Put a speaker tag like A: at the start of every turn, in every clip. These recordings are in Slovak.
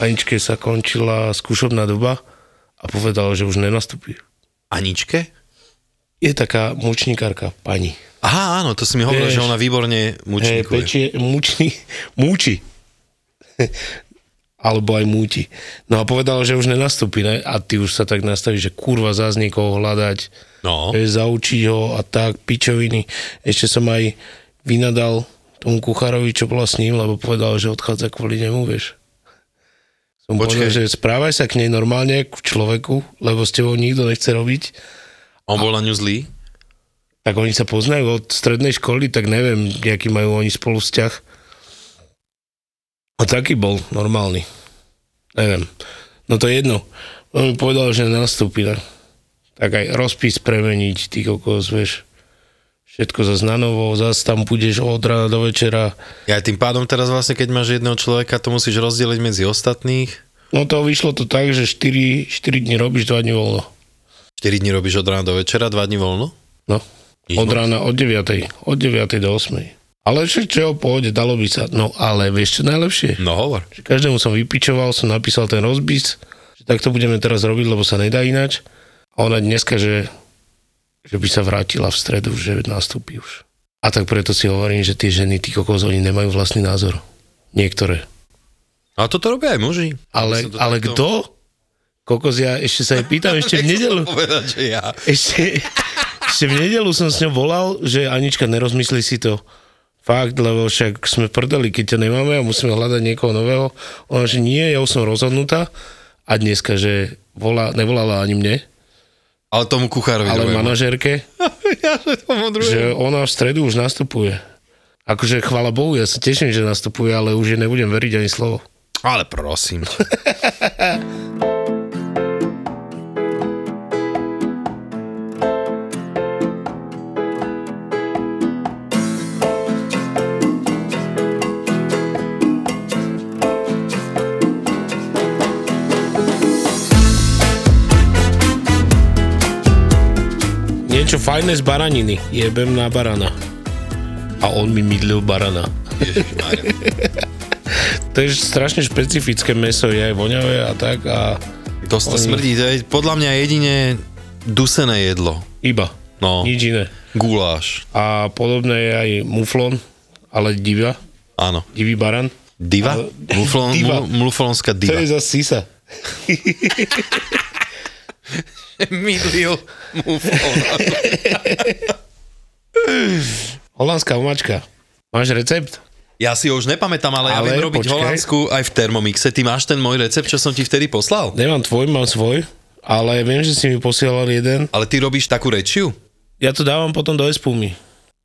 A: Aničke sa končila skúšobná doba a povedala, že už nenastupí.
B: Aničke?
A: Je taká mučníkarka, pani.
B: Aha, áno, to si mi hovoril,
A: Vieš.
B: že ona výborne
A: Hej,
B: mučníkuje.
A: pečie, mučni, múči. Alebo aj múti. No a povedala, že už nenastupí, ne? A ty už sa tak nastavíš, že kurva zás niekoho hľadať,
B: No,
A: vieš, E, zaučiť ho a tak, pičoviny. Ešte som aj vynadal tomu kuchárovi, čo bola s ním, lebo povedal, že odchádza kvôli nemu, vieš. Som Počkej.
B: Počkaj.
A: povedal, že správaj sa k nej normálne, k človeku, lebo s tebou nikto nechce robiť.
B: on bol na ňu zlý?
A: Tak oni sa poznajú od strednej školy, tak neviem, aký majú oni spolu vzťah. A taký bol, normálny. Neviem. No to je jedno. On mi povedal, že nastúpi. Ne? Tak aj rozpis premeniť, ty kokos, vieš. Všetko zase na novo, zase tam budeš od rána do večera.
B: Ja tým pádom teraz vlastne, keď máš jedného človeka, to musíš rozdeliť medzi ostatných.
A: No to vyšlo to tak, že 4, 4 dní robíš, 2 dní voľno.
B: 4 dní robíš od rána do večera, 2 dní voľno.
A: No. Od rána od 9. Od 9. do 8. Ale však čo, pohode, dalo by sa. No ale vieš čo najlepšie?
B: No hovor.
A: že každému som vypičoval, som napísal ten rozbis, že tak to budeme teraz robiť, lebo sa nedá inač. A ona dneska, že, že by sa vrátila v stredu, že nastúpi už. A tak preto si hovorím, že tie ženy, tí kokos, oni nemajú vlastný názor. Niektoré.
B: No, A toto robia aj muži.
A: Ale,
B: Som to
A: ale
B: takto-
A: kto? Kokos, ja ešte sa jej pýtam, ešte v
B: Nechcem
A: nedelu.
B: Povedať, že ja.
A: Ešte, ešte v nedelu som s ňou volal, že Anička, nerozmyslí si to. Fakt, lebo však sme v prdeli, keď ťa nemáme a musíme hľadať niekoho nového. Ona, že nie, ja už som rozhodnutá. A dneska, že volá, nevolala ani mne,
B: Ale tomu kuchárovi
A: ale
B: druhému.
A: manažérke,
B: Ja, že tomu druhému.
A: že ona v stredu už nastupuje. Akože chvala Bohu, ja sa teším, že nastupuje, ale už jej nebudem veriť ani slovo.
B: Ale prosím. ťa.
A: Niečo fajné z baraniny. Jebem na barana. A on mi mydlil barana.
B: Ježišmarja.
A: To je strašne špecifické meso, je aj voňavé a tak a
B: Dosť to
A: Oni-
B: smrdí. To je podľa mňa jedine dusené jedlo.
A: iba.
B: No,
A: Nič iné.
B: guláš.
A: A podobné je aj muflon, ale diva,
B: Áno.
A: divý baran.
B: Diva?
A: Ale-
B: Muflon,
A: Diva.
B: mu- Muflonská
A: To
B: diva.
A: je za sisa.
B: Mydlil muflona.
A: Holandská omačka. Máš recept?
B: Ja si ho už nepamätám, ale, ja
A: Ale
B: viem robiť
A: počkaj.
B: holandsku aj v Thermomixe. Ty máš ten môj recept, čo som ti vtedy poslal?
A: Nemám tvoj, mám svoj, ale viem, že si mi posielal jeden.
B: Ale ty robíš takú rečiu?
A: Ja to dávam potom do espumy.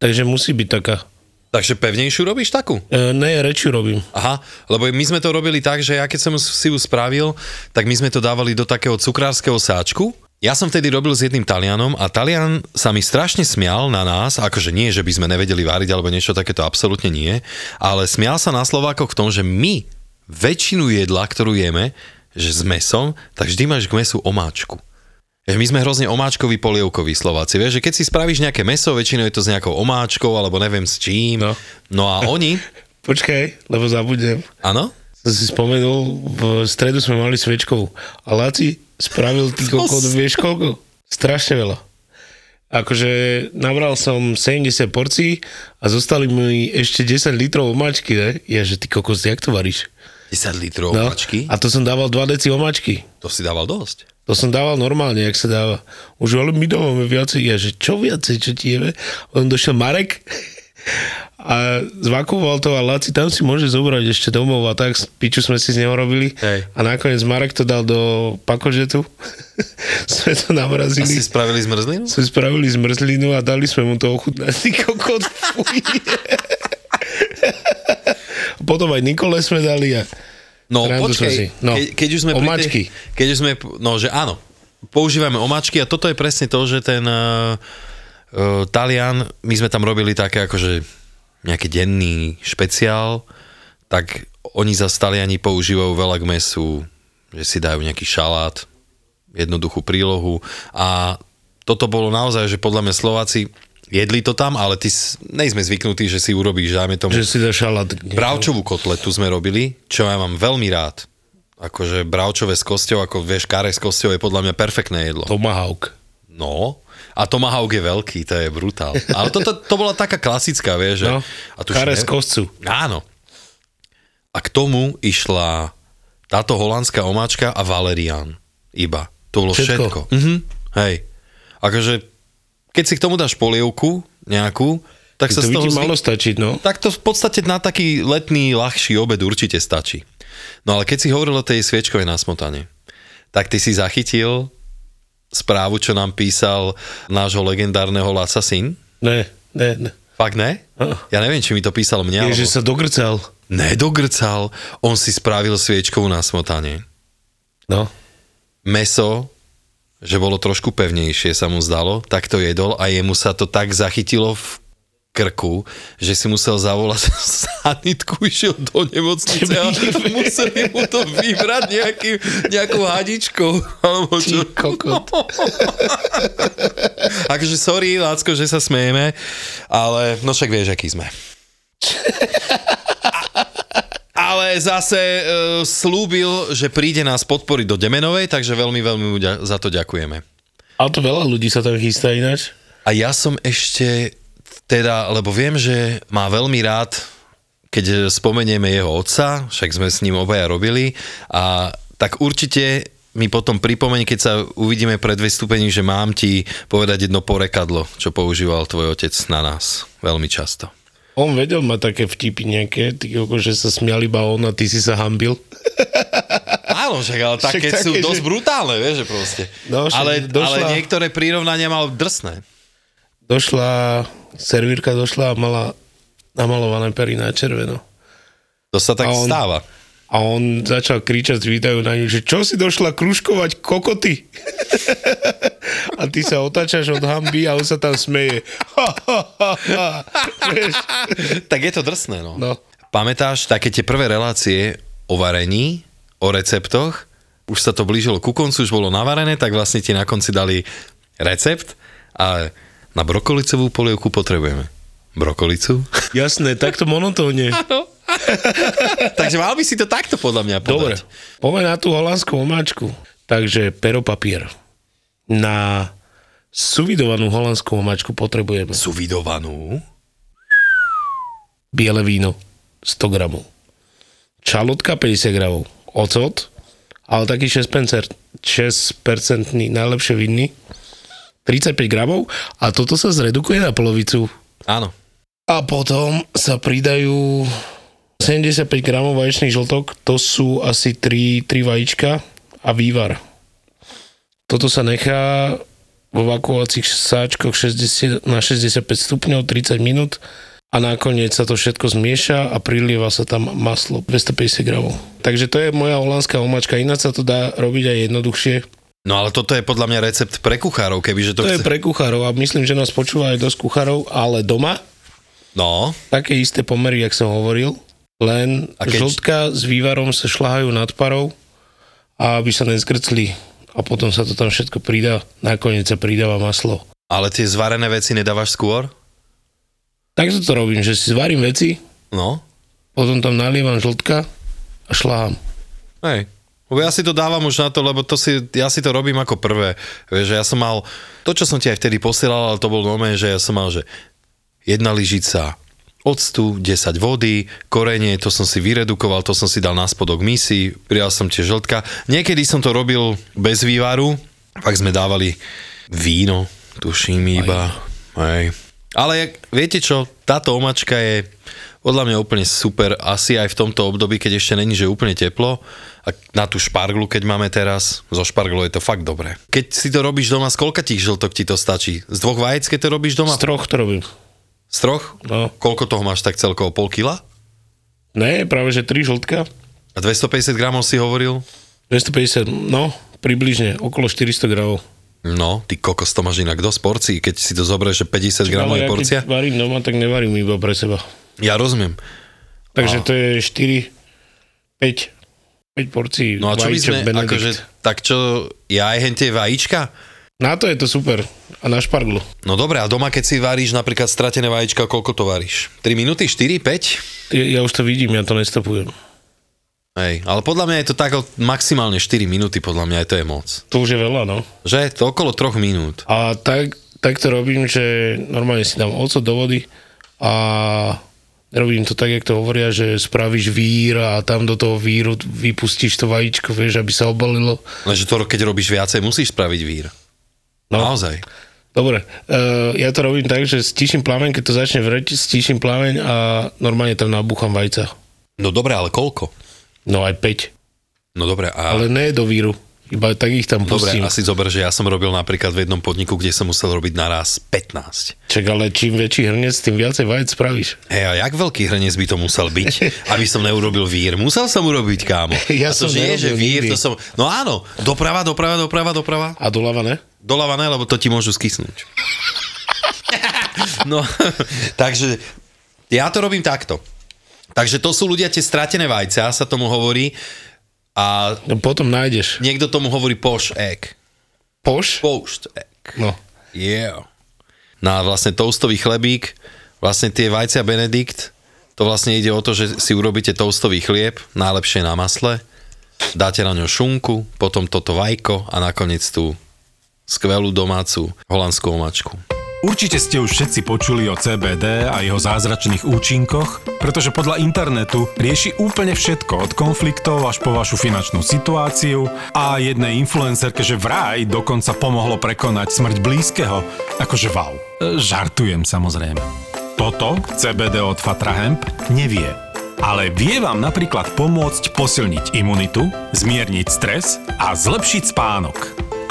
A: Takže musí byť taká.
B: Takže pevnejšiu robíš takú?
A: E, ne, reči robím.
B: Aha, lebo my sme to robili tak, že ja keď som si ju spravil, tak my sme to dávali do takého cukrárskeho sáčku. Ja som vtedy robil s jedným Talianom a Talian sa mi strašne smial na nás, akože nie, že by sme nevedeli váriť alebo niečo takéto, absolútne nie, ale smial sa na Slovákoch v tom, že my väčšinu jedla, ktorú jeme, že s mesom, tak vždy máš k mesu omáčku. Že my sme hrozne omáčkoví polievkoví Slováci. Vieš, že keď si spravíš nejaké meso, väčšinou je to s nejakou omáčkou alebo neviem s čím.
A: No.
B: no a oni,
A: Počkaj, lebo zabudnem.
B: áno?
A: Som si spomenul, v stredu sme mali sviečkov a Laci spravil ty kokot, vieš koľko? Strašne veľa. Akože nabral som 70 porcií a zostali mi ešte 10 litrov omáčky, ne? Ja, že ty kokos, jak to varíš?
B: 10 litrov
A: No,
B: mačky?
A: A to som dával 2 deci omáčky.
B: To si dával dosť.
A: To som dával normálne, jak sa dáva. Už ale my dávame viacej. Ja, že čo viacej, čo ti jeme? On došiel Marek a zvakoval to a Laci tam si môže zobrať ešte domov a tak s- piču sme si z neho robili.
B: Hej.
A: A nakoniec Marek to dal do pakožetu. sme to
B: A si
A: namrazili.
B: spravili zmrzlinu?
A: Sme spravili zmrzlinu a dali sme mu to ochutnať. Ty kokot, fuj. potom aj Nikole sme dali a
B: No
A: Srandu
B: počkej,
A: som si. No.
B: Ke, keď už sme pri
A: Omáčky.
B: Tej, keď už sme, no že áno, používame omáčky a toto je presne to, že ten uh, uh, Talian, my sme tam robili také akože nejaký denný špeciál, tak oni za Taliani používajú veľa k mesu, že si dajú nejaký šalát, jednoduchú prílohu a toto bolo naozaj, že podľa mňa Slováci jedli to tam, ale ty, s- nejsme zvyknutí, že si urobíš, dajme tomu,
A: že si dá šalát.
B: Bravčovú kotletu sme robili, čo ja mám veľmi rád. Akože bravčové s kosťou, ako vieš, kárek s kosťou je podľa mňa perfektné jedlo.
A: Tomahawk.
B: No, a Tomahawk je veľký, to je brutál. Ale to, to, to bola taká klasická, vieš. Že...
A: No,
B: a tu
A: kare
B: ne-
A: z kostcu.
B: Áno. A k tomu išla táto holandská omáčka a valerian. Iba. To bolo všetko.
A: Všetko.
B: všetko. Mhm. Hej. Akože, keď si k tomu dáš polievku nejakú, tak sa
A: To by
B: z toho
A: ti
B: zvykne-
A: malo stačiť, no.
B: tak to v podstate na taký letný, ľahší obed určite stačí. No ale keď si hovoril o tej sviečkovej na smotane, tak ty si zachytil správu, čo nám písal nášho legendárneho Laca syn?
A: Ne, ne, ne.
B: Fakt ne?
A: Áno.
B: Ja neviem, či mi to písal mňa.
A: Je, že
B: Alebo...
A: sa dogrcal.
B: Nedogrcal, on si spravil sviečkovú na smotane.
A: No.
B: Meso, že bolo trošku pevnejšie, sa mu zdalo, tak to jedol a jemu sa to tak zachytilo v krku, že si musel zavolať sanitku, išiel do nemocnice a museli mu to vybrať nejaký, nejakou hadičkou. Alebo
A: Ty
B: čo.
A: kokot.
B: Akože sorry, Lácko, že sa smejeme, ale no však vieš, aký sme. A- Ale zase e, slúbil, že príde nás podporiť do Demenovej, takže veľmi, veľmi mu ďa- za to ďakujeme.
A: Ale to veľa ľudí sa tam chystá ináč.
B: A ja som ešte, teda, lebo viem, že má veľmi rád, keď spomenieme jeho otca, však sme s ním obaja robili, a tak určite mi potom pripomeň, keď sa uvidíme pred vystúpením, že mám ti povedať jedno porekadlo, čo používal tvoj otec na nás veľmi často.
A: On vedel ma také vtipy nejaké, ty, ako, že sa smial iba on a ty si sa hambil.
B: Áno, však, ale
A: Však
B: také,
A: také,
B: sú
A: že-
B: dosť brutálne, vieš, že proste.
A: No, však
B: ale, ale
A: došla-
B: niektoré prirovnania mal drsné.
A: Došla, servírka došla a mala namalované pery na červeno.
B: To sa tak
A: A on-
B: stáva.
A: A on začal kričať, vítajú na ňu, že čo si došla kruškovať kokoty? a ty sa otáčaš od hamby a on sa tam smeje. Ha, ha, ha, ha. Vieš?
B: tak je to drsné, no.
A: No.
B: Pamätáš také tie prvé relácie o varení, o receptoch? Už sa to blížilo ku koncu, už bolo navarené, tak vlastne ti na konci dali recept a na brokolicovú polievku potrebujeme brokolicu.
A: Jasné, takto monotónne.
B: Takže mal by si to takto podľa mňa povedať.
A: Dobre, poďme na tú holandskú omáčku. Takže pero papier. Na suvidovanú holandskú omáčku potrebujeme
B: Suvidovanú.
A: biele víno 100 gramov, čalotka 50 gramov, ocot, ale taký 6%, 6% najlepšie vinný, 35 gramov a toto sa zredukuje na polovicu.
B: Áno.
A: A potom sa pridajú 75 gramov vaječný žltok, to sú asi 3, 3 vajíčka a vývar. Toto sa nechá vo vakuovacích sáčkoch 60, na 65 stupňov 30 minút a nakoniec sa to všetko zmieša a prilieva sa tam maslo 250 gramov. Takže to je moja holandská omáčka, ináč sa to dá robiť aj jednoduchšie.
B: No ale toto je podľa mňa recept pre kuchárov, kebyže to,
A: To
B: chce...
A: je pre kuchárov a myslím, že nás počúva aj dosť kuchárov, ale doma
B: No,
A: také isté pomery, jak som hovoril, len a
B: A keď-
A: keď... žltka s vývarom sa šľahajú nad parou a aby sa nezgrcli a potom sa to tam všetko pridá, nakoniec sa pridáva maslo.
B: ale tie zvarené veci nedávaš skôr?
A: Takto to robím, že si zvarím veci,
B: No.
A: potom tam nalievam žltka a šľahám.
B: Hej. Lebo ja si to dávam už na to, lebo to si, ja si to robím ako prvé. Vieš, že ja som mal, to čo som ti aj vtedy posielal, ale to bol moment, že ja som mal, že jedna lyžica octu, 10 vody, korenie, to som si vyredukoval, to som si dal na spodok misi, prijal som tie žltka. Niekedy som to robil bez vývaru, pak sme dávali víno, tuším iba. Hej. Ale jak, viete čo, táto omačka je podľa mňa úplne super, asi aj v tomto období, keď ešte není, že úplne teplo. A na tú šparglu, keď máme teraz, zo šparglu je to fakt dobré. Keď si to robíš doma, z koľka tých žltok ti to stačí? Z dvoch vajec, keď to robíš doma?
A: Z troch to robím.
B: Z troch?
A: No.
B: Koľko toho máš tak celkovo? Pol kila?
A: Ne, práve že 3 žltka,
B: A 250 gramov si hovoril?
A: 250, no, približne, okolo 400 gramov.
B: No, ty kokos to máš inak dosť porcií, keď si to zoberieš, že 50 gramov
A: Ale
B: je
A: ja
B: porcia.
A: Keď varím doma, tak nevarím iba pre seba.
B: Ja rozumiem.
A: Takže to je 4, 5, 5 porcií
B: No a čo by
A: vajíčok
B: sme,
A: Benedikt.
B: akože, tak čo, ja aj hen tie vajíčka?
A: Na to je to super. A na šparglu.
B: No dobre, a doma keď si varíš napríklad stratené vajíčka, koľko to varíš? 3 minúty, 4, 5?
A: Ja, ja už to vidím, ja to nestopujem.
B: Hej, ale podľa mňa je to tak o- maximálne 4 minúty, podľa mňa aj to je moc.
A: To už je veľa, no.
B: Že? To okolo 3 minút.
A: A tak, tak to robím, že normálne si dám ocot do vody a robím to tak, jak to hovoria, že spravíš vír a tam do toho víru vypustíš to vajíčko, vieš, aby sa obalilo.
B: Lenže to, keď robíš viacej, musíš spraviť vír. No.
A: No,
B: Naozaj.
A: dobre. Uh, ja to robím tak, že stíšim plameň, keď to začne vreť, stíšim plameň a normálne tam nabúcham vajca.
B: No dobre, ale koľko?
A: No aj 5.
B: No dobre, a...
A: Ale ne do víru. Iba tak ich tam
B: Dobre,
A: pustím.
B: asi zober, že ja som robil napríklad v jednom podniku, kde som musel robiť naraz 15.
A: Čak, ale čím väčší hrnec, tým viacej vajec spravíš.
B: Hej, a jak veľký hrnec by to musel byť, aby som neurobil vír? Musel som urobiť, kámo.
A: Ja
B: a to,
A: som
B: že je, že
A: nerobil
B: vír,
A: nikdy.
B: to som... No áno, doprava, doprava, doprava, doprava.
A: A doľava ne?
B: Doľava ne, lebo to ti môžu skysnúť. No, takže ja to robím takto. Takže to sú ľudia tie stratené vajcia, sa tomu hovorí. A
A: No potom nájdeš.
B: niekto tomu hovorí poš egg.
A: Poš?
B: Post egg.
A: No.
B: Yeah. No a vlastne toastový chlebík, vlastne tie vajcia Benedikt, to vlastne ide o to, že si urobíte toastový chlieb, najlepšie na masle, dáte na ňo šunku, potom toto vajko a nakoniec tú skvelú domácu holandskú omačku.
C: Určite ste už všetci počuli o CBD a jeho zázračných účinkoch, pretože podľa internetu rieši úplne všetko od konfliktov až po vašu finančnú situáciu a jednej influencerke, že vraj dokonca pomohlo prekonať smrť blízkeho. Akože wow. E, Žartujem samozrejme. Toto CBD od Fatrahemp nevie. Ale vie vám napríklad pomôcť posilniť imunitu, zmierniť stres a zlepšiť spánok.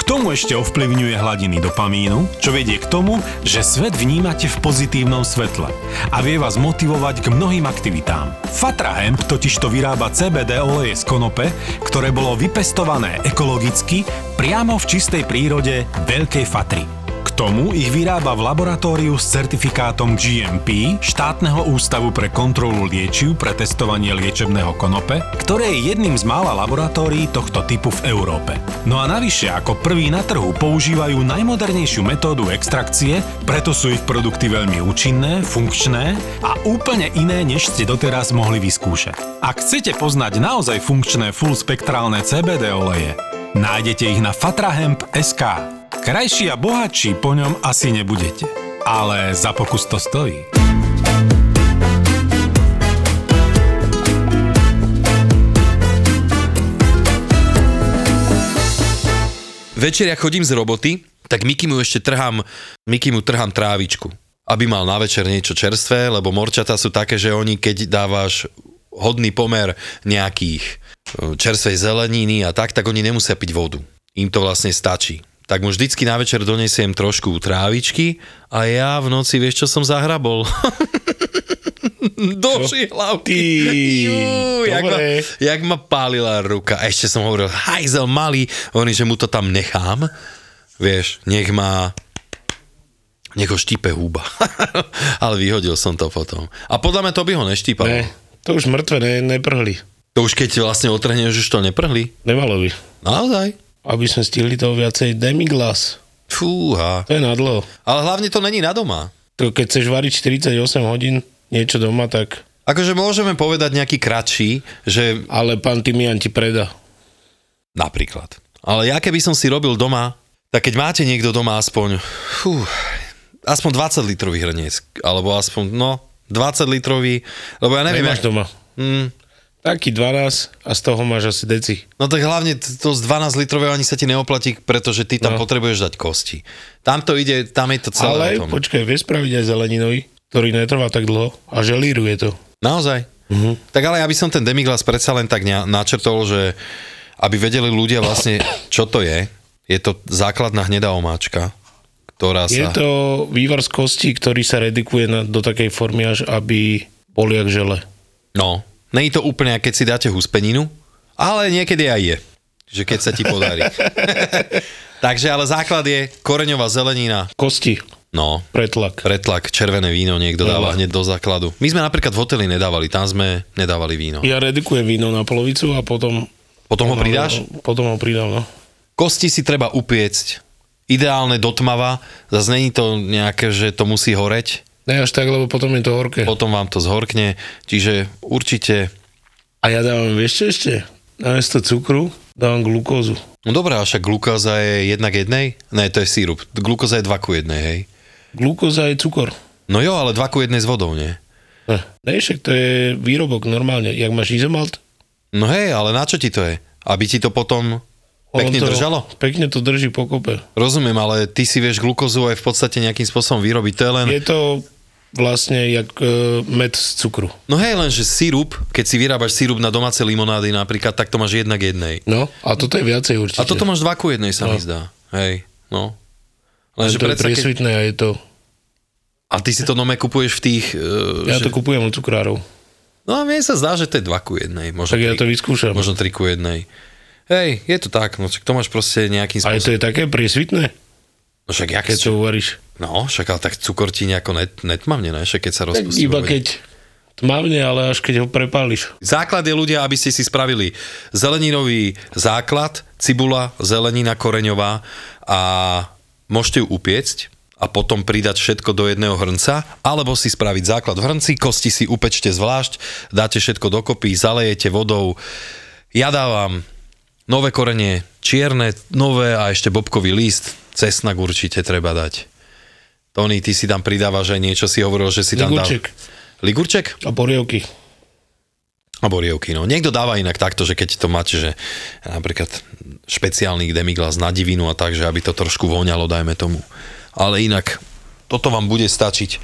C: K tomu ešte ovplyvňuje hladiny dopamínu, čo vedie k tomu, že svet vnímate v pozitívnom svetle a vie vás motivovať k mnohým aktivitám. Fatra Hemp totižto vyrába CBD oleje z konope, ktoré bolo vypestované ekologicky priamo v čistej prírode Veľkej Fatry. K tomu ich vyrába v laboratóriu s certifikátom GMP štátneho ústavu pre kontrolu liečiv pre testovanie liečebného konope, ktoré je jedným z mála laboratórií tohto typu v Európe. No a navyše ako prvý na trhu používajú najmodernejšiu metódu extrakcie, preto sú ich produkty veľmi účinné, funkčné a úplne iné, než ste doteraz mohli vyskúšať. Ak chcete poznať naozaj funkčné full spektrálne CBD oleje, nájdete ich na fatrahemp.sk. Krajší a bohatší po ňom asi nebudete. Ale za pokus to stojí.
B: Večer ja chodím z roboty, tak Miky mu ešte trhám, Miky mu trhám trávičku, aby mal na večer niečo čerstvé, lebo morčatá sú také, že oni keď dávaš hodný pomer nejakých e, čerstvej zeleniny a tak, tak oni nemusia piť vodu. Im to vlastne stačí. Tak mu vždycky na večer donesiem trošku trávičky a ja v noci, vieš čo som zahrabol? Do
A: Ty,
B: hlavky. Jú, jak ma,
A: dobre.
B: jak ma pálila ruka. A ešte som hovoril, hajzel malý, oni, že mu to tam nechám. Vieš, nech má nech ho štípe húba. Ale vyhodil som to potom. A podľa mňa to by ho neštípalo.
A: Ne,
B: Ne.
A: to už mŕtve ne, neprhli.
B: To už keď vlastne otrhneš, už to neprhli.
A: Nemalo by.
B: Naozaj.
A: Aby sme stihli toho viacej demiglas.
B: Fúha.
A: To je nadlho.
B: Ale hlavne to není na doma.
A: To keď chceš variť 48 hodín niečo doma, tak...
B: Akože môžeme povedať nejaký kratší, že
A: Ale pán Timian ti predá.
B: Napríklad. Ale ja keby som si robil doma, tak keď máte niekto doma aspoň, fú, aspoň 20 litrový hrniec, alebo aspoň, no, 20 litrový, lebo ja neviem,
A: Nemáš
B: jak,
A: doma.
B: mm,
A: Taký 12 a z toho máš asi deci.
B: no tak hlavne t- to z 12 litrového ani sa ti neoplatí, pretože ty tam
A: No.
B: potrebuješ dať kosti. Tam to ide, tam je to celé
A: Ale
B: o tom.
A: počkaj, vieš spraviť aj zeleninový, ktorý netrvá tak dlho a želíruje to.
B: Naozaj?
A: Mhm.
B: Tak ale ja by som ten demiglas predsa len tak ňa- načrtol, že aby vedeli ľudia vlastne, čo to je. Je to základná hnedá omáčka, ktorá
A: Je
B: sa...
A: to vývar z kostí, ktorý sa redikuje na, do takej formy, až aby boli jak žele.
B: No, Není to úplne, keď si dáte huspeninu, ale niekedy aj je, že keď sa ti podarí. Takže ale základ je koreňová zelenina,
A: Kosti,
B: no,
A: pretlak.
B: pretlak, červené víno niekto
A: No.
B: dáva hneď do základu. My sme napríklad v hoteli nedávali, tam sme nedávali víno.
A: Ja redikujem víno na polovicu a potom...
B: Potom ho pridáš?
A: Potom ho pridám, no.
B: Kosti si treba upiecť. Ideálne dotmava, zase není to nejaké, že to musí horeť,
A: Ne až tak, lebo potom je to horké.
B: potom vám to zhorkne, čiže určite...
A: A ja dávam, vieš čo ešte? Namiesto cukru dávam glukózu.
B: No dobrá, a však glukóza je jedna k jednej? Ne, to je sírup. Glukóza je 2 ku jednej, hej?
A: Glukóza je cukor.
B: No jo, ale 2 ku jednej s vodou, nie?
A: Ne, ne, však to je výrobok normálne. Jak máš izomalt,
B: No hej, ale na čo ti to je? Aby ti to potom
A: ono
B: pekne
A: to,
B: držalo?
A: Pekne to drží pokope.
B: Rozumiem, ale ty si vieš glukózu aj v podstate nejakým spôsobom vyrobiť. To je len...
A: Je to vlastne jak e, med z cukru.
B: No hej, lenže sirup, keď si vyrábaš sirup na domáce limonády napríklad, tak to máš jedna k jednej.
A: No, a toto je viacej určite.
B: A toto máš 2 ku jednej, sa mi zdá. Hej, no.
A: že
B: Lenže
A: to je
B: predsa, keď...
A: priesvitné a je to...
B: A ty si to nome kupuješ v tých... Uh,
A: Ja
B: že...
A: to kupujem od cukrárov.
B: No a mne sa zdá, že to je 2 ku jednej. Možno
A: Tak ja
B: tri-
A: to vyskúšam.
B: Možno 3 ku 1. Hej, je to tak, no však to máš proste nejakým
A: A je to
B: spôsobom.
A: je také priesvitné,
B: No však jak
A: keď to
B: to...
A: uvaríš.
B: No, však ale tak cukor ti nejako net, netmavne, ne? Však keď sa
A: Tak
B: rozpustí.
A: iba
B: vo vode.
A: keď tmavne, ale až keď ho prepáliš.
B: Základ je ľudia, aby ste si spravili zeleninový základ, cibula, zelenina koreňová a môžete ju upiecť a potom pridať všetko do jedného hrnca, alebo si spraviť základ v hrnci, kosti si upečte zvlášť, dáte všetko dokopy, zalejete vodou. Ja dávam nové korenie, čierne, nové a ešte bobkový list, cesnak určite treba dať. Tony, ty si tam pridávaš aj niečo, si hovoril, že si tam
A: Ligurček.
B: dal... Ligurček?
A: A porievky.
B: A borievky, no. Niekto dáva inak takto, že keď to máte, že napríklad špeciálny demiglas na divinu a tak, že aby to trošku voňalo, dajme tomu. Ale inak, toto vám bude stačiť.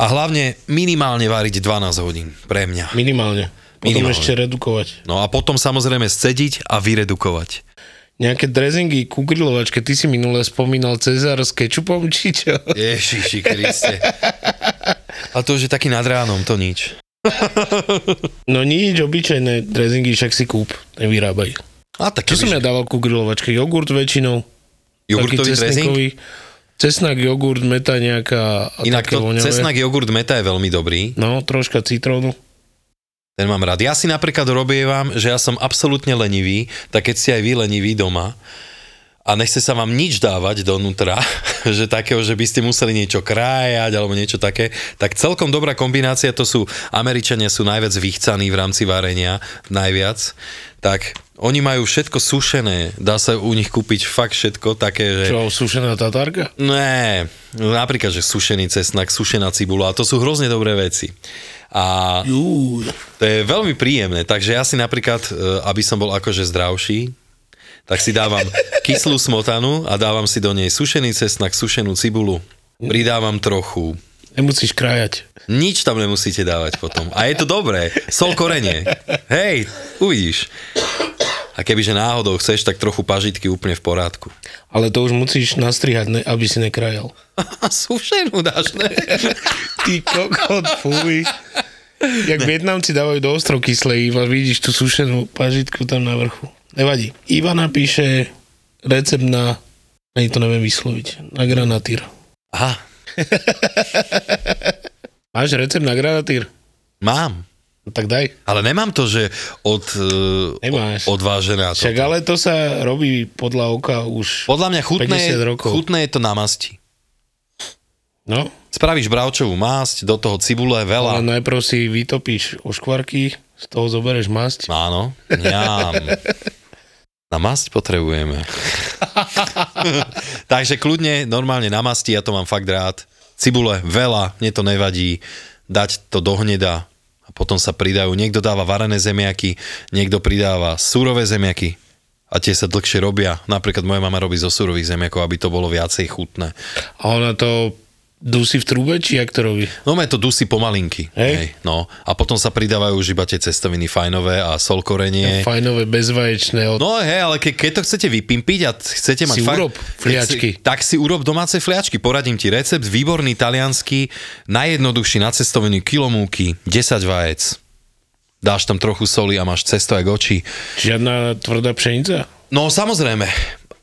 B: A hlavne minimálne variť 12 hodín, pre mňa.
A: Minimálne. Potom
B: Minimálne.
A: ešte redukovať.
B: No a potom samozrejme scediť a vyredukovať.
A: Nejaké drezingy ku grilovačke, ty si minule spomínal Cezar s kečupom, či čo?
B: Ježiši Kriste. A to už je taký nad ránom, to nič.
A: No nič, obyčajné drezingy však si kúp, nevyrábaj.
B: A tak
A: Čo som ja dával ku grilovačke? Jogurt väčšinou.
B: jogurtový dressing?
A: Cesnak, jogurt, meta nejaká a
B: Inak
A: také
B: to
A: voňavé.
B: cesnak jogurt meta je veľmi dobrý.
A: No, troška citrónu.
B: Ten mám rád. Ja si napríklad robievam, že ja som absolútne lenivý, tak keď ste aj vy leniví doma a nechce sa vám nič dávať donútra, že takého, že by ste museli niečo krájať alebo niečo také, tak celkom dobrá kombinácia to sú, Američania sú najviac vychcaní v rámci varenia, najviac, tak oni majú všetko sušené, dá sa u nich kúpiť fakt všetko také, že...
A: Čo, sušená tatárka?
B: Ne, napríklad, že sušený cesnak, sušená cibula, a to sú hrozne dobré veci. A to je veľmi príjemné, takže ja si napríklad, e, aby som bol akože zdravší, tak si dávam kyslú smotanu a dávam si do nej sušený cesnak, sušenú cibulu, pridávam trochu,
A: Nemusíš krájať.
B: nič tam nemusíte dávať potom. A je to dobré, sol korenie. Hej, uvidíš. A kebyže náhodou chceš, tak trochu pažitky úplne v porádku.
A: Ale to už musíš nastrihať, ne, aby si nekrájal.
B: A sušenú dáš, ne?
A: Ty kokot, fuj. Jak Vietnamci dávajú do ostrov kyslej, iba vidíš tú sušenú pažitku tam na vrchu. Nevadí. Iva napíše recept na... Ani to neviem vysloviť. Na granatír.
B: Aha,
A: Máš recept na granatír?
B: mám.
A: No, tak daj.
B: Ale nemám to, že od, e,
A: Nemáš.
B: odvážená to.
A: Však ale to sa robí podľa oka už.
B: Podľa mňa chutné,
A: 50 rokov.
B: chutné je to na masti.
A: No,
B: Spravíš bravčovú masť, do toho cibule
A: ale
B: veľa.
A: najprv si vytopíš oškvarky, z toho zoberieš masť.
B: Áno, ňam. Na masť potrebujeme. Takže kľudne, normálne na masti, ja to mám fakt rád. Cibule veľa, mne to nevadí. Dať to do hneda a potom sa pridajú. Niekto dáva varené zemiaky, niekto pridáva surové zemiaky a tie sa dlhšie robia. Napríklad moja mama robí zo surových zemiakov, aby to bolo viacej chutné.
A: A ona to dusí v trúbe, či jak to robí?
B: No to dusí pomalinky.
A: Hej.
B: Hej. No. A potom sa pridávajú už iba tie cestoviny fajnové a solkorenie.
A: Fajnové, bezvaječné, od...
B: No hej, ale ke, keď to chcete vypimpiť a t- chcete
A: Si
B: mať...
A: urob fliačky.
B: Si, tak si urob domáce fliačky. Poradím ti recept, výborný talianský, najjednoduchší na cestoviny, kilomúky, 10 vajec, 2 dáš tam trochu soli a máš cesto aj goči.
A: Žiadna tvrdá pšenica?
B: No samozrejme,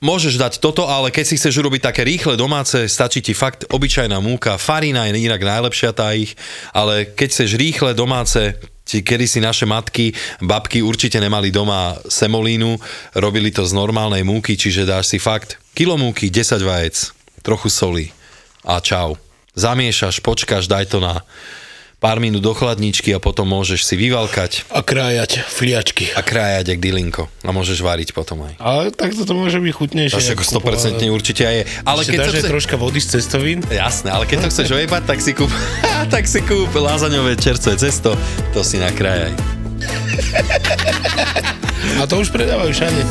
B: môžeš dať toto, ale keď si chceš urobiť také rýchle domáce, stačí ti fakt obyčajná múka, farina je inak najlepšia tá ich, ale keď chceš rýchle domáce, ti kedy si naše matky, babky určite nemali doma semolínu, robili to z normálnej múky, čiže dáš si fakt kilo múky, 10 vajec, trochu soli a čau. Zamiešaš, počkáš, daj to na pár minút do chladničky a potom môžeš si vyvalkať
A: A krájať fliačky.
B: a krájať jak dylinko a môžeš variť potom aj.
A: Ale takto to môže byť chutnejšie.
B: Až ako 100% určite aj je. Ale
A: Ale
B: keď
A: keď
B: to
A: dáš
B: chce...
A: aj troška vody z cestovín,
B: Jasné, ale keď to chceš ojebať, tak si kúp, tak si kúp lázaňové čerstvé cesto, to si nakrájaj.
A: a to už predávajú všade.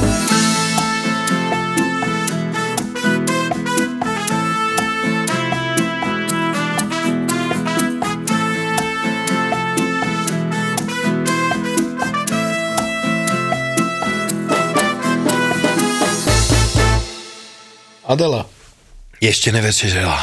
A: Adela,
B: Ešte nevečerela.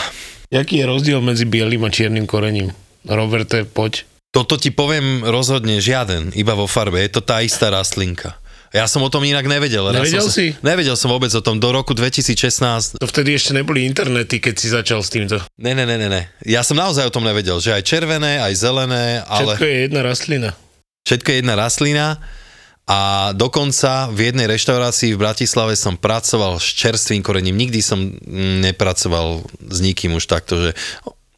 A: jaký je rozdiel medzi bielým a čiernym korením? Roberte, poď.
B: Toto ti poviem rozhodne žiaden, iba vo farbe. Je to tá istá rastlinka. Ja som o tom inak nevedel. Raz
A: Nevedel
B: som sa-
A: si?
B: Nevedel som vôbec o tom. Do roku 2016...
A: To vtedy ešte neboli internety, keď si začal s týmto.
B: Ne, ne, ne, ne, ne. Ja som naozaj o tom nevedel, že aj červené, aj zelené, ale...
A: Všetko je jedna rastlina.
B: Všetko je jedna rastlina a dokonca v jednej reštaurácii v Bratislave som pracoval s čerstvým korením. Nikdy som mm, nepracoval s nikým už takto, že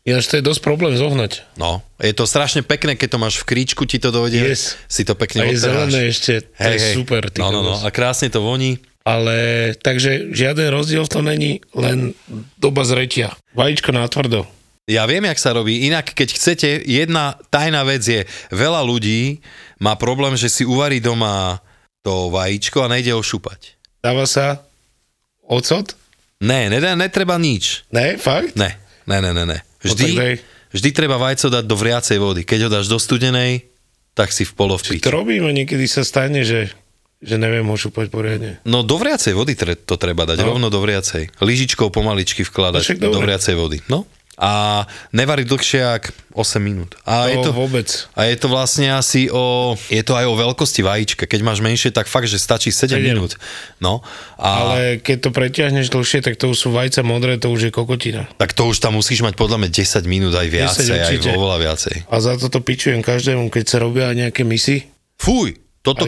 A: Ináč to je dosť problém zohnať.
B: no, je to strašne pekné, keď to máš v kríčku, ti to dojde,
A: Yes.
B: si to
A: A
B: pekne
A: je
B: odtrháš.
A: zelené ešte, to je super. ty
B: no, no, no,
A: kokos.
B: a krásne to voní.
A: Ale takže žiaden rozdiel v tom není, len doba zretia. Vajíčko na tvrdo.
B: Ja viem, jak sa robí. Inak, keď chcete, jedna tajná vec je, veľa ľudí má problém, že si uvarí doma to vajíčko a nejde ošúpať.
A: Dáva sa ocot?
B: Ne, nedá, netreba nič.
A: Ne, fakt?
B: Ne, ne, ne, ne, ne.
A: No tak daj.
B: Vždy, vždy treba vajco dať do vriacej vody. Keď ho dáš do studenej, tak si v polovpík.
A: To robíme, niekedy sa stane, že, že neviem ho šupať poriadne.
B: No do vriacej vody tre- to treba dať, no. rovno do vriacej. Lyžičkou
A: No
B: pomaličky
A: však
B: vkladať
A: dobre.
B: do vriacej vody. No a nevariť dlhšie ako 8 minút.
A: To
B: A je to,
A: No, vôbec.
B: a je to vlastne asi o... Je to aj o veľkosti vajíčka. Keď máš menšie, tak fakt, že stačí 7
A: Sedem.
B: minút. No a...
A: Ale keď to preťahneš dlhšie, tak to už sú vajca modré, to už je kokotina.
B: Tak to už tam musíš mať podľa mňa 10 minút aj viacej, aj
A: určite.
B: oveľa viacej.
A: A za toto pičujem každému, keď sa robia nejaké misy.
B: Fuj, toto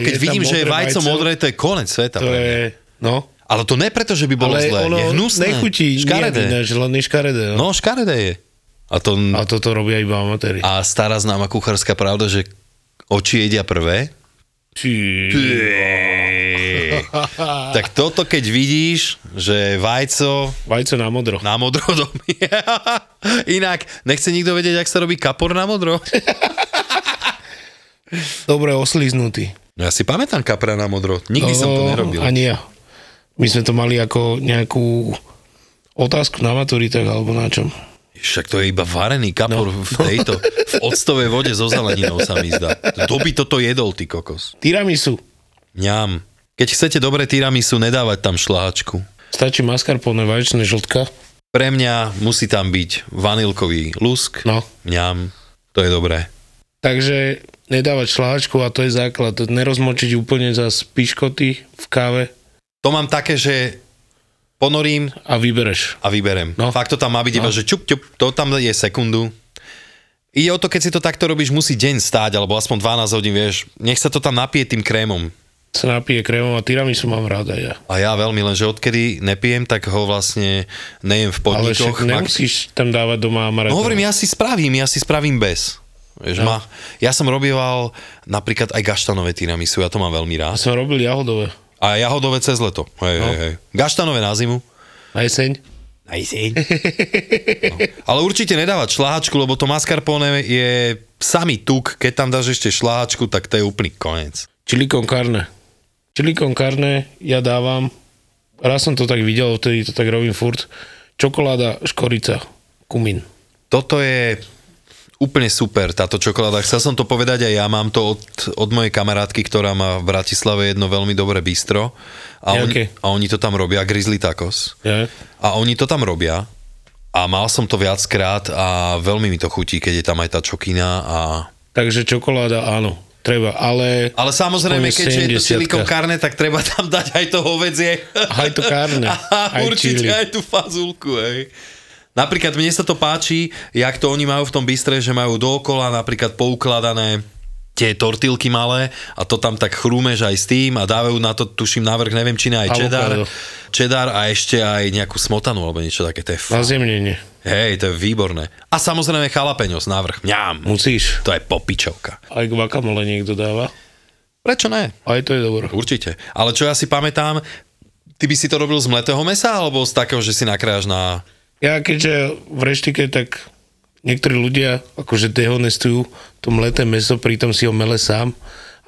A: A je
B: keď
A: tam
B: vidím, že je
A: modré
B: vajco
A: vajce?
B: modré, to je koniec sveta.
A: To
B: pre mňa.
A: je, no.
B: Ale to ne preto, že by bolo
A: Ale
B: zlé,
A: ono
B: je hnusné.
A: nechutí,
B: škaredé.
A: Nie, ináč, len je škaredé. No.
B: no, škaredé je. A, to,
A: A
B: a...
A: toto robia iba amatéri.
B: a stará známa kuchárska pravda, že oči jedia prvé, tak toto keď vidíš, že vajco
A: Vajce na modro.
B: na modro dobí. Inak, nechce nikto vedieť, ak sa robí kapor na modro.
A: Dobre oslíznutý.
B: No ja si pamätám kapra na modro, nikdy som to
A: No,
B: nerobil.
A: Ani ja. My sme to mali ako nejakú otázku na maturitách alebo na čom.
B: Však to je iba varený kapor no. v tejto, v octovej vode so zeleninou sa mi zdá. Kto by toto jedol, ty kokos?
A: Tiramisu.
B: Ňam. Keď chcete dobre tiramisu, nedávať tam šláčku.
A: Stačí mascarpone, vaječné žltka.
B: Pre mňa musí tam byť vanilkový lusk.
A: No.
B: Ňam. To je dobré.
A: Takže nedávať šláčku a to je základ. Nerozmočiť úplne za piškoty v káve
B: To mám také, že ponorím
A: a vybereš.
B: a vyberem. No.
A: No.
B: Fakt to tam má byť no. iba, že čup, čup, to tam je sekundu. Ide o to, keď si to takto robíš, musí deň stáť, alebo aspoň 12 hodín, vieš. Nech sa to tam napije tým krémom.
A: Sa napije krémom a tiramisu mám ráda ja.
B: A ja veľmi, lenže odkedy nepijem, tak ho vlastne nejem v
A: Ale však
B: podnikoch.
A: nemusíš tam dávať doma amaretto.
B: No hovorím, ja si spravím, ja si spravím bez. Vieš, no. ma, ja som robieval napríklad aj gaštanové tiramisu, ja to mám veľmi
A: A
B: rád.
A: som robil jahodové.
B: A jahodové cez leto. Hej, no. hej, hej. Gaštanové na zimu.
A: Na jeseň.
B: Na jeseň. No. Ale určite nedávať šláhačku, lebo to mascarpone je samý tuk. Keď tam dáš ešte šláhačku, tak to je úplný koniec.
A: Chili con carne. Chili con carne ja dávam, raz som to tak videl, vtedy to tak robím furt, čokoláda, škorica, kumín.
B: Toto je úplne super, táto čokoláda. Chcel som to povedať aj ja, mám to od, od mojej kamarátky, ktorá má v Bratislave jedno veľmi dobré bistro. A,
A: Jaké?
B: on, a oni to tam robia, Grizzly Tacos.
A: Ja?
B: A oni to tam robia. A mal som to viackrát a veľmi mi to chutí, keď je tam aj tá čokina a
A: Takže čokoláda áno. treba, ale...
B: Ale samozrejme,
A: Aspoň
B: keďže je
A: 70-ka.
B: to silikon karne, tak treba tam dať aj to hovedzie.
A: Aj to karne, aj
B: A
A: čili.
B: určite aj tú fazulku, hej. Napríklad mne sa to páči, jak to oni majú v tom bystre, že majú dookola napríklad poukladané tie tortilky malé a to tam tak chrúmeš aj s tým a dávajú na to, tuším, navrh, neviem, či ne aj
A: Avokádo.
B: čedar, čedar a ešte aj nejakú smotanu alebo niečo také, to je
A: Na
B: f-
A: zemnenie.
B: Hej, to je výborné. A samozrejme chalapeňos navrh, mňam,
A: Musíš.
B: to je popičovka.
A: Aj guacamole niekto dáva.
B: Prečo ne?
A: Aj to je dobré.
B: Určite. Ale čo ja si pamätám, ty by si to robil z mletého mesa alebo z takého, že si nakrájaš na...
A: Ja keďže v reštike, tak niektorí ľudia akože dehonestujú to mleté meso, pritom si ho mele sám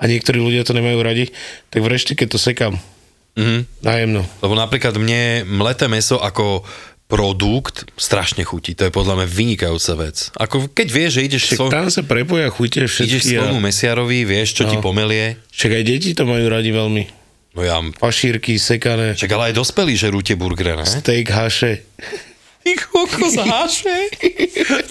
A: a niektorí ľudia to nemajú radi, tak v reštike to sekám.
B: Mhm.
A: Nájemno.
B: Lebo napríklad mne mleté meso ako produkt strašne chutí. To je podľa mňa vynikajúca vec. Ako keď vieš, že ideš,
A: Však
B: so,
A: tam sa prepoja chute
B: ideš
A: všetky.
B: svojmu
A: A...
B: mesiarovi, vieš, čo no. ti pomelie.
A: Však aj deti to majú radi veľmi.
B: No ja...
A: Pašírky, sekané,
B: Čak, ale aj dospelí žerú tie burgere, ne?
A: steak, haše.
B: Ty kokos háše?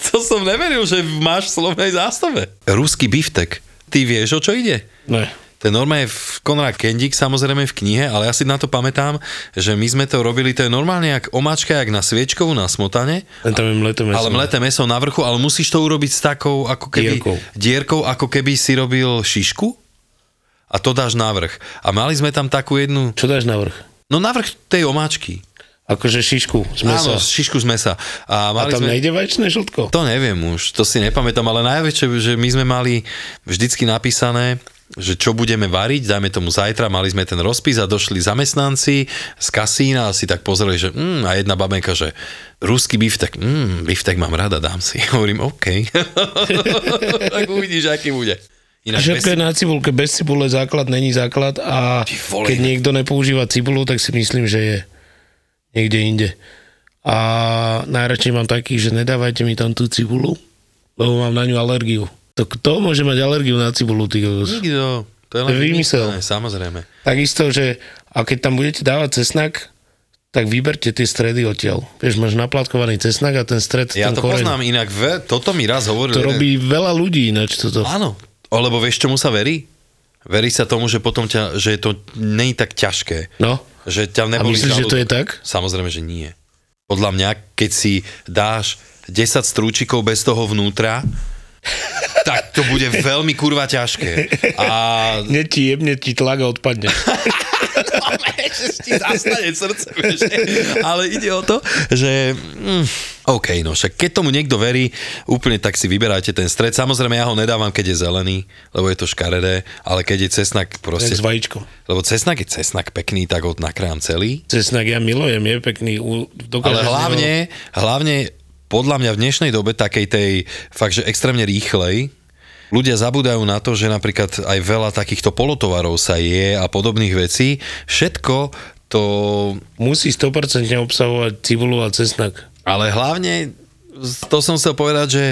B: to som neveril, že máš v slovnej zástave. Ruský biftek. Ty vieš, o čo ide?
A: Ne.
B: To je normálne v Konrad Kendik, samozrejme v knihe, ale ja si na to pamätám, že my sme to robili, to je normálne jak omáčka, jak na sviečkovú, na smotane,
A: Len tam je mleté meso.
B: ale mleté meso na vrchu, ale musíš to urobiť s takou ako keby,
A: Dierkou.
B: dierkou, ako keby si robil šišku a to dáš na vrch. A mali sme tam takú jednu,
A: Čo dáš na vrch?
B: no na vrch tej omáčky.
A: Akože šišku z mesa.
B: Áno, šišku z mesa.
A: a
B: A, mali
A: tam
B: sme...
A: nejde vajčné žltko?
B: To neviem už, to si nepamätám, ale najväčšie, že my sme mali vždycky napísané, že čo budeme variť, dajme tomu zajtra, mali sme ten rozpis a došli zamestnanci z kasína a si tak pozreli, že mm, a jedna babenka, že ruský biftek, mm, biftek mám rada, dám si. Hovorím, OK. tak uvidíš, aký bude. Inak
A: Všetko
B: bez...
A: je na cibulke, bez cibule základ není základ a
B: Ty vole.
A: keď niekto nepoužíva cibulu, tak si myslím, že je niekde inde. A najradšej mám taký, že nedávajte mi tam tú cibulu, lebo mám na ňu alergiu. To kto môže mať alergiu na cibulu? Ty kokos?
B: Nikto. To je len
A: To je vymysel.
B: vymyslené, Samozrejme.
A: Takisto, že a keď tam budete dávať cesnak, tak vyberte tie stredy odtiaľ. Vieš, máš naplatkovaný cesnak a ten stred,
B: Ja
A: ten
B: to
A: koreň.
B: poznám inak, ve, toto mi raz hovoril.
A: To
B: jeden-
A: robí veľa ľudí ináč toto.
B: No Áno, lebo vieš, čomu sa verí? Verí sa tomu, že potom ťa, že to není tak ťažké.
A: No,
B: Že ťa
A: a
B: neboli
A: myslíš, že to je
B: žalúdok.
A: tak?
B: Samozrejme, že nie. Podľa mňa, keď si dáš 10 strúčikov bez toho vnútra, tak to bude veľmi kurva ťažké. A
A: Neti, jebne ti tlak a odpadne.
B: že ti zastane srdce, vieš. Ale ide o to, že... Mm, OK, no však keď tomu niekto verí, úplne tak si vyberáte ten stred. Samozrejme, ja ho nedávam, keď je zelený, lebo je to škaredé, ale keď je cesnak proste...
A: Tak s vajíčkom.
B: Lebo cesnak je cesnak pekný, tak ho nakrájam celý.
A: Cesnak ja milujem, je pekný. u- dokážem
B: Ale
A: ho-
B: hlavne, hlavne podľa mňa v dnešnej dobe takej tej fakt, že extrémne rýchlej, ľudia zabúdajú na to, že napríklad aj veľa takýchto polotovarov sa je a podobných vecí. Všetko to...
A: Musí 100% obsahovať cibulu a cesnak.
B: Ale hlavne, to som chcel povedať, že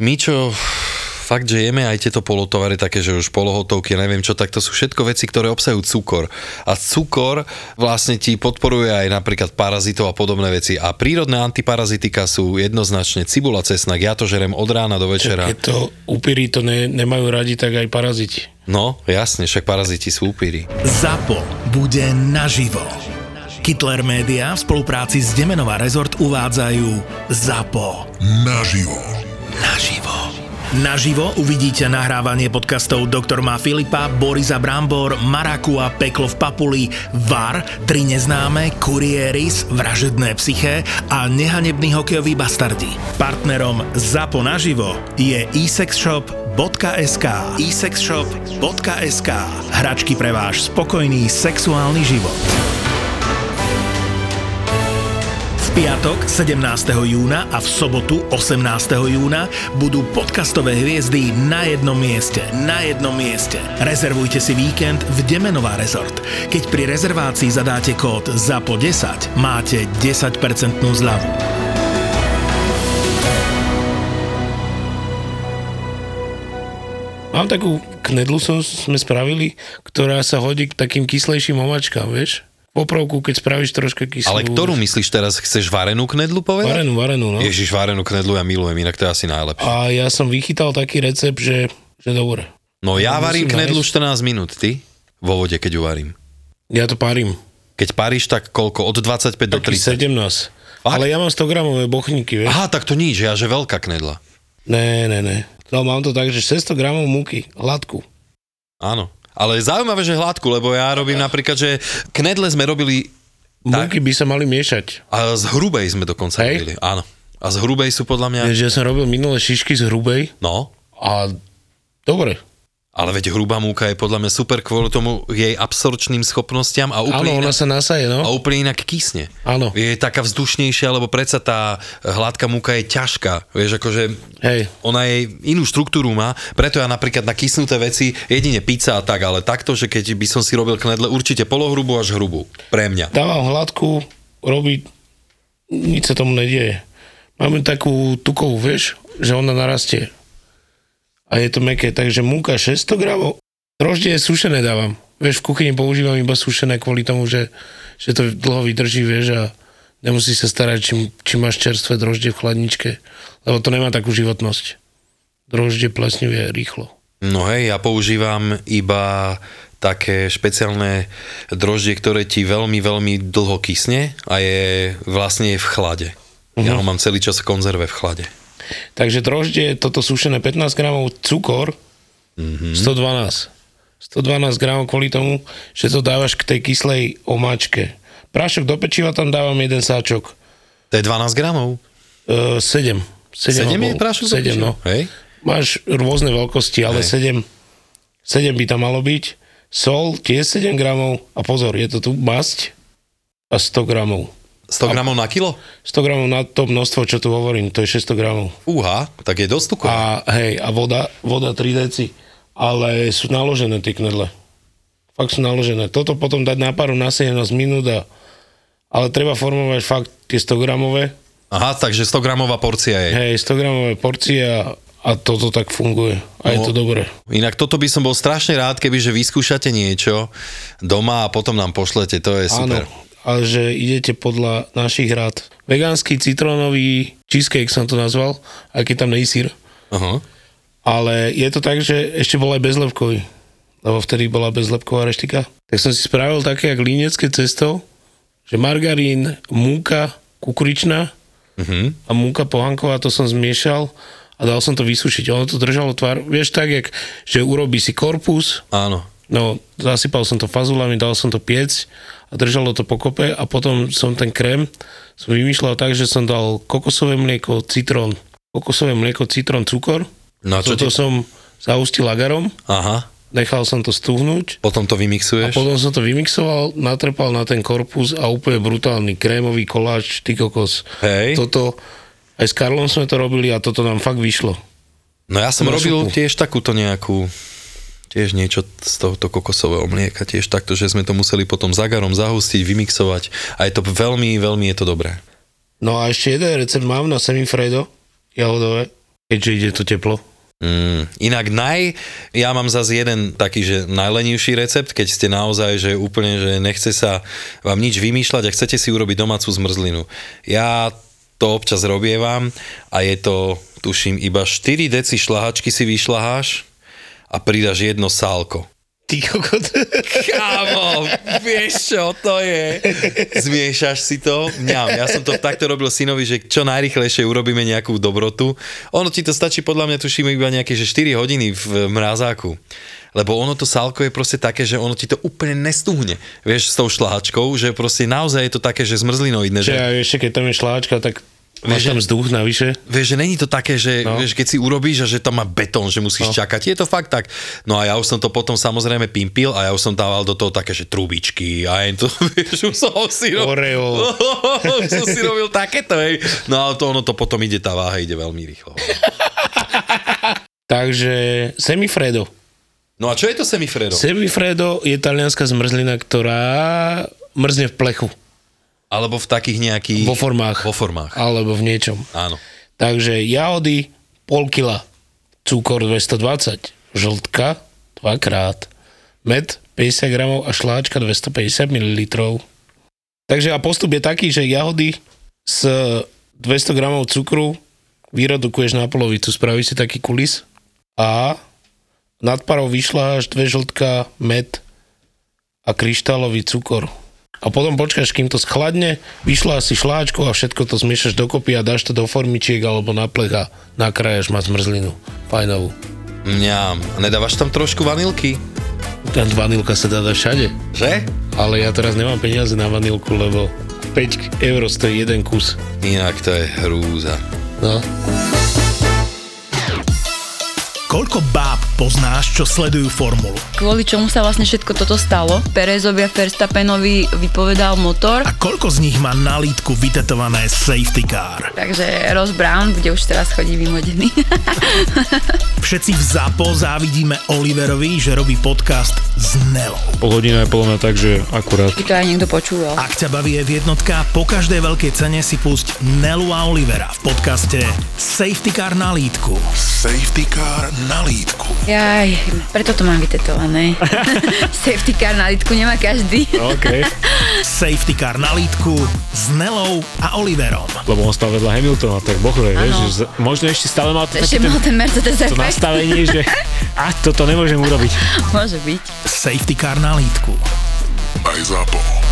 B: my čo fakt, že jeme aj tieto polotovary, také, že už polohotovky, neviem čo, tak to sú všetko veci, ktoré obsahujú cukor. A cukor vlastne ti podporuje aj napríklad parazitov a podobné veci. A prírodné antiparazitika sú jednoznačne cibula, cesnak, ja to žerem od rána do večera.
A: Keď to upíry to ne, nemajú radi, tak aj paraziti.
B: No, jasne, však paraziti sú upíry.
D: ZAPO bude naživo. Hitler Media v spolupráci s Demenová Resort uvádzajú ZAPO. Naživo. Naživo. Naživo uvidíte nahrávanie podcastov Doktor má Filipa, Borisa Brambor, Marakua, Peklo v Papuli, VAR, Tri neznáme, Kurieris, Vražedné psyché a Nehanebný hokejový bastardi. Partnerom ZAPO naživo je eSexShop.sk eSexShop.sk Hračky pre váš spokojný sexuálny život. V piatok 17. júna a v sobotu 18. júna budú podcastové hviezdy na jednom mieste. Na jednom mieste. Rezervujte si víkend v Demenová rezort. Keď pri rezervácii zadáte kód ZAPO10, máte 10% zľavu.
A: Mám takú knedlu, som, sme spravili, ktorá sa hodí k takým kyslejším omačkám, vieš? Poprovku, keď spravíš troška kyslú.
B: Ale ktorú myslíš teraz? Chceš varenú knedlu povedať?
A: Varenú, varenú, no.
B: Ježiš, varenú knedlu ja milujem, inak to je asi najlepšie.
A: A ja som vychytal taký recept, že, že dobre.
B: No ja
A: No,
B: varím
A: musím
B: knedlu
A: nájsť.
B: 14 minút, ty? Vo vode, keď ju varím.
A: Ja to parím.
B: Keď paríš, tak koľko? Od 25 do
A: Taký
B: 30.
A: 17. Ale ja mám 100 gramové bochníky, vieš.
B: Aha, tak to nič, ja že veľká knedla.
A: Ne, ne, ne. No, mám to tak, že 600 gramov múky, hladku.
B: Áno. Ale zaujímavé, že hladku, lebo ja robím napríklad, že knedle sme robili Tak.
A: Múky by sa mali miešať.
B: a z hrubej sme dokonca
A: Hej.
B: robili. Áno. A z hrubej sú podľa mňa...
A: Vieš, ja som robil minulé šišky z hrubej
B: No,
A: a dobre.
B: ale veď hrubá múka je podľa mňa super kvôli tomu jej absorčným schopnostiam a
A: Áno,
B: úplne,
A: ona
B: inak,
A: sa nasaje,
B: a
A: no.
B: úplne inak kysne.
A: Áno.
B: Je taká vzdušnejšia, lebo predsa tá hladká múka je ťažká. Vieš, akože
A: Hej.
B: ona jej inú štruktúru má, preto ja napríklad na kysnuté veci jedine pizza a tak, ale takto, že keď by som si robil knedle určite polohrubú až hrubú. Pre mňa.
A: Dávam hladku, robí, nič sa tomu nedieje. Máme takú tukovú, vieš, že ona narastie. A je to meké, takže múka 600 gramov. Droždie sušené dávam. Vieš, v kuchyni používam iba sušené kvôli tomu, že, že to dlho vydrží, vieš, a nemusí sa starať, či, či máš čerstvé droždie v chladničke, lebo to nemá takú životnosť. Droždie plesnivie rýchlo.
B: No hej, ja používam iba také špeciálne droždie, ktoré ti veľmi, veľmi dlho kysne a je vlastne je v chlade.
A: Mhm.
B: Ja ho mám celý čas v konzerve v chlade.
A: Takže droždie, toto sušené 15 gramov, cukor
B: Mhm.
A: mm-hmm. 112. 112 gramov kvôli tomu, že to dávaš k tej kyslej omáčke. Prášok do pečiva tam dávam jeden sáčok.
B: To je 12 gramov.
A: E, 7. 7,
B: 7 je prášok do
A: 7,
B: pečiva?
A: no.
B: Hej?
A: Máš rôzne veľkosti, ale 7, 7 by tam malo byť. Sol tiež 7 gramov a pozor, je to tu masť a 100 gramov.
B: 100 gramov na kilo?
A: 100 gramov na to množstvo, čo tu hovorím, to je 600 gramov.
B: Úha, tak je dosť tukov.
A: A hej, a voda, voda 3 deci. Ale sú naložené tie knedle. Fakt sú naložené. Toto potom dať na paru na 17 minút a, ale treba formovať fakt tie 100 gramové,
B: Aha, takže 100 gramová porcia je.
A: hej, 100 gramové porcie a, a toto tak funguje. A je
B: No.
A: to dobré.
B: Inak toto by som bol strašne rád, keby že vyskúšate niečo doma a potom nám pošlete, to je super.
A: Áno, ale že idete podľa našich rád. Vegánsky citrónový cheesecake som to nazval, aj keď tam nie je sír.
B: Aha.
A: Ale je to tak, že ešte bol aj bezlepkový, lebo vtedy bola bezlepková reštika. Tak som si spravil také, jak línecké cestou, že margarín, múka, kukuričná
B: Mhm.
A: a múka pohanková, to som zmiešal a dal som to vysušiť. Ono to držalo tvár, vieš tak, jak, že urobí si korpus,
B: Áno.
A: no zasypal som to fazulami, dal som to piec a držalo to pokope a potom som ten krém som vymýšľal tak, že som dal kokosové mlieko, citrón, kokosové mlieko, citrón, cukor
B: No a čo
A: toto
B: ti...
A: som zaustil lagarom,
B: Aha,
A: nechal som to stuhnúť,
B: potom to
A: a
B: vymixuješ?
A: potom som to vymixoval, natrpal na ten korpus a úplne brutálny krémový koláč, ty kokos.
B: Hej.
A: Toto, aj s Karlom sme to robili a toto nám fakt vyšlo.
B: No ja som
A: Na
B: robil
A: šupu.
B: tiež takúto nejakú tiež niečo z tohoto kokosového mlieka, tiež takto, že sme to museli potom zagarom zahustiť, vymixovať a je to veľmi, veľmi je to dobré.
A: No a ešte jeden recept mám na semifredo, jahodové, keďže ide to teplo.
B: Mm, inak naj, ja mám zase jeden taký, že najlenivší recept, keď ste naozaj, že úplne, že nechce sa vám nič vymýšľať a chcete si urobiť domácu zmrzlinu. Ja to občas robievam a je to, tuším, iba 4 deci šlahačky si vyšľaháš a pridaš jedno sálko.
A: Ty kokot.
B: Kámo, vieš čo to je? Zmiešaš si to? Mňam, ja som to takto robil synovi, že čo najrychlejšie urobíme nejakú dobrotu. Ono ti to stačí podľa mňa, tuším, iba nejaké že 4 hodiny v mrazáku. Lebo ono to sálko je proste také, že ono ti to úplne nestuhne. Vieš, s tou šláčkou, že proste naozaj je to také, že zmrzlinoidné.
A: Že
B: Že,
A: aj ešte, keď tam je šláčka, tak
B: Vieš,
A: máš tam
B: že-
A: vzduch navyše.
B: vieš, že není to také, že
A: No.
B: no. vieš, keď si urobíš a že tam má betón, že musíš no. čakať. Je to fakt tak. No a ja už som to potom samozrejme pimpil a ja už som dával do toho také, že trubičky a jen to, vieš, už som si robil.
A: Oreo.
B: už som si robil takéto, hej. No ale to ono to potom ide, tá váha ide veľmi rýchlo.
A: Takže semifredo.
B: No a čo je to semifredo? Se-
A: Semifredo je talianská zmrzlina, ktorá mrzne v plechu.
B: Alebo v takých nejakých...
A: Vo formách.
B: Vo formách,
A: Alebo v niečom.
B: áno.
A: Takže jahody pol kila, cukor 220, žltka dvakrát, med 50 gramov a šláčka 250 ml. Takže a postup je taký, že jahody s 200 gramov cukru vyredukuješ na polovicu, spravíš si taký kulis a nad parou vyšla štve žltka, med a kryštálový cukor. A potom počkáš, kým to schladne, vyšla si šláčku a všetko to zmiešaš dokopy a dáš to do formičiek alebo na plech a nakrájaš mať zmrzlinu. Fajnovú.
B: Mňam, a nedávaš tam trošku vanilky,
A: Ten vanilka sa dá dať všade.
B: že?
A: Ale ja teraz nemám peniaze na vanilku, lebo 5 eur stojí jeden kus.
B: Inak to je hrúza.
A: No.
D: Koľko báb poznáš, čo sledujú formulu?
E: Kvôli čomu sa vlastne všetko toto stalo? Perezovi a Verstappenovi vypovedal motor,
D: A koľko z nich má na lítku vytetované safety car?
E: takže Ross Brown, kde už teraz chodí vymodený.
D: Všetci v ZAPO závidíme Oliverovi, že robí podcast s Nelou.
F: Pol hodina je podľa mňa tak, že akurát.
E: By to aj niekto počúval.
D: Ak ťa baví v jednotka, po každej veľkej cene si pusť Nelu a Olivera v podcaste Safety Car na lítku.
G: Safety car na lítku.
E: Jaj, preto to mám vytetované. Safety car na lítku nemá každý.
A: No.
F: OK.
D: Safety Car na lítku s Nelou a Oliverom.
F: Lebo on stál vedľa Hamiltona, tak bohle, vieš,
E: Áno.
F: že z- možno ešte stále má to,
E: Ešte
F: taký ten,
E: mal ten Mercedes
F: to
E: efekt.
F: nastavenie, že a toto nemôžem urobiť.
E: Môže byť.
D: Safety Car na lítku.
G: Aj ZAPO.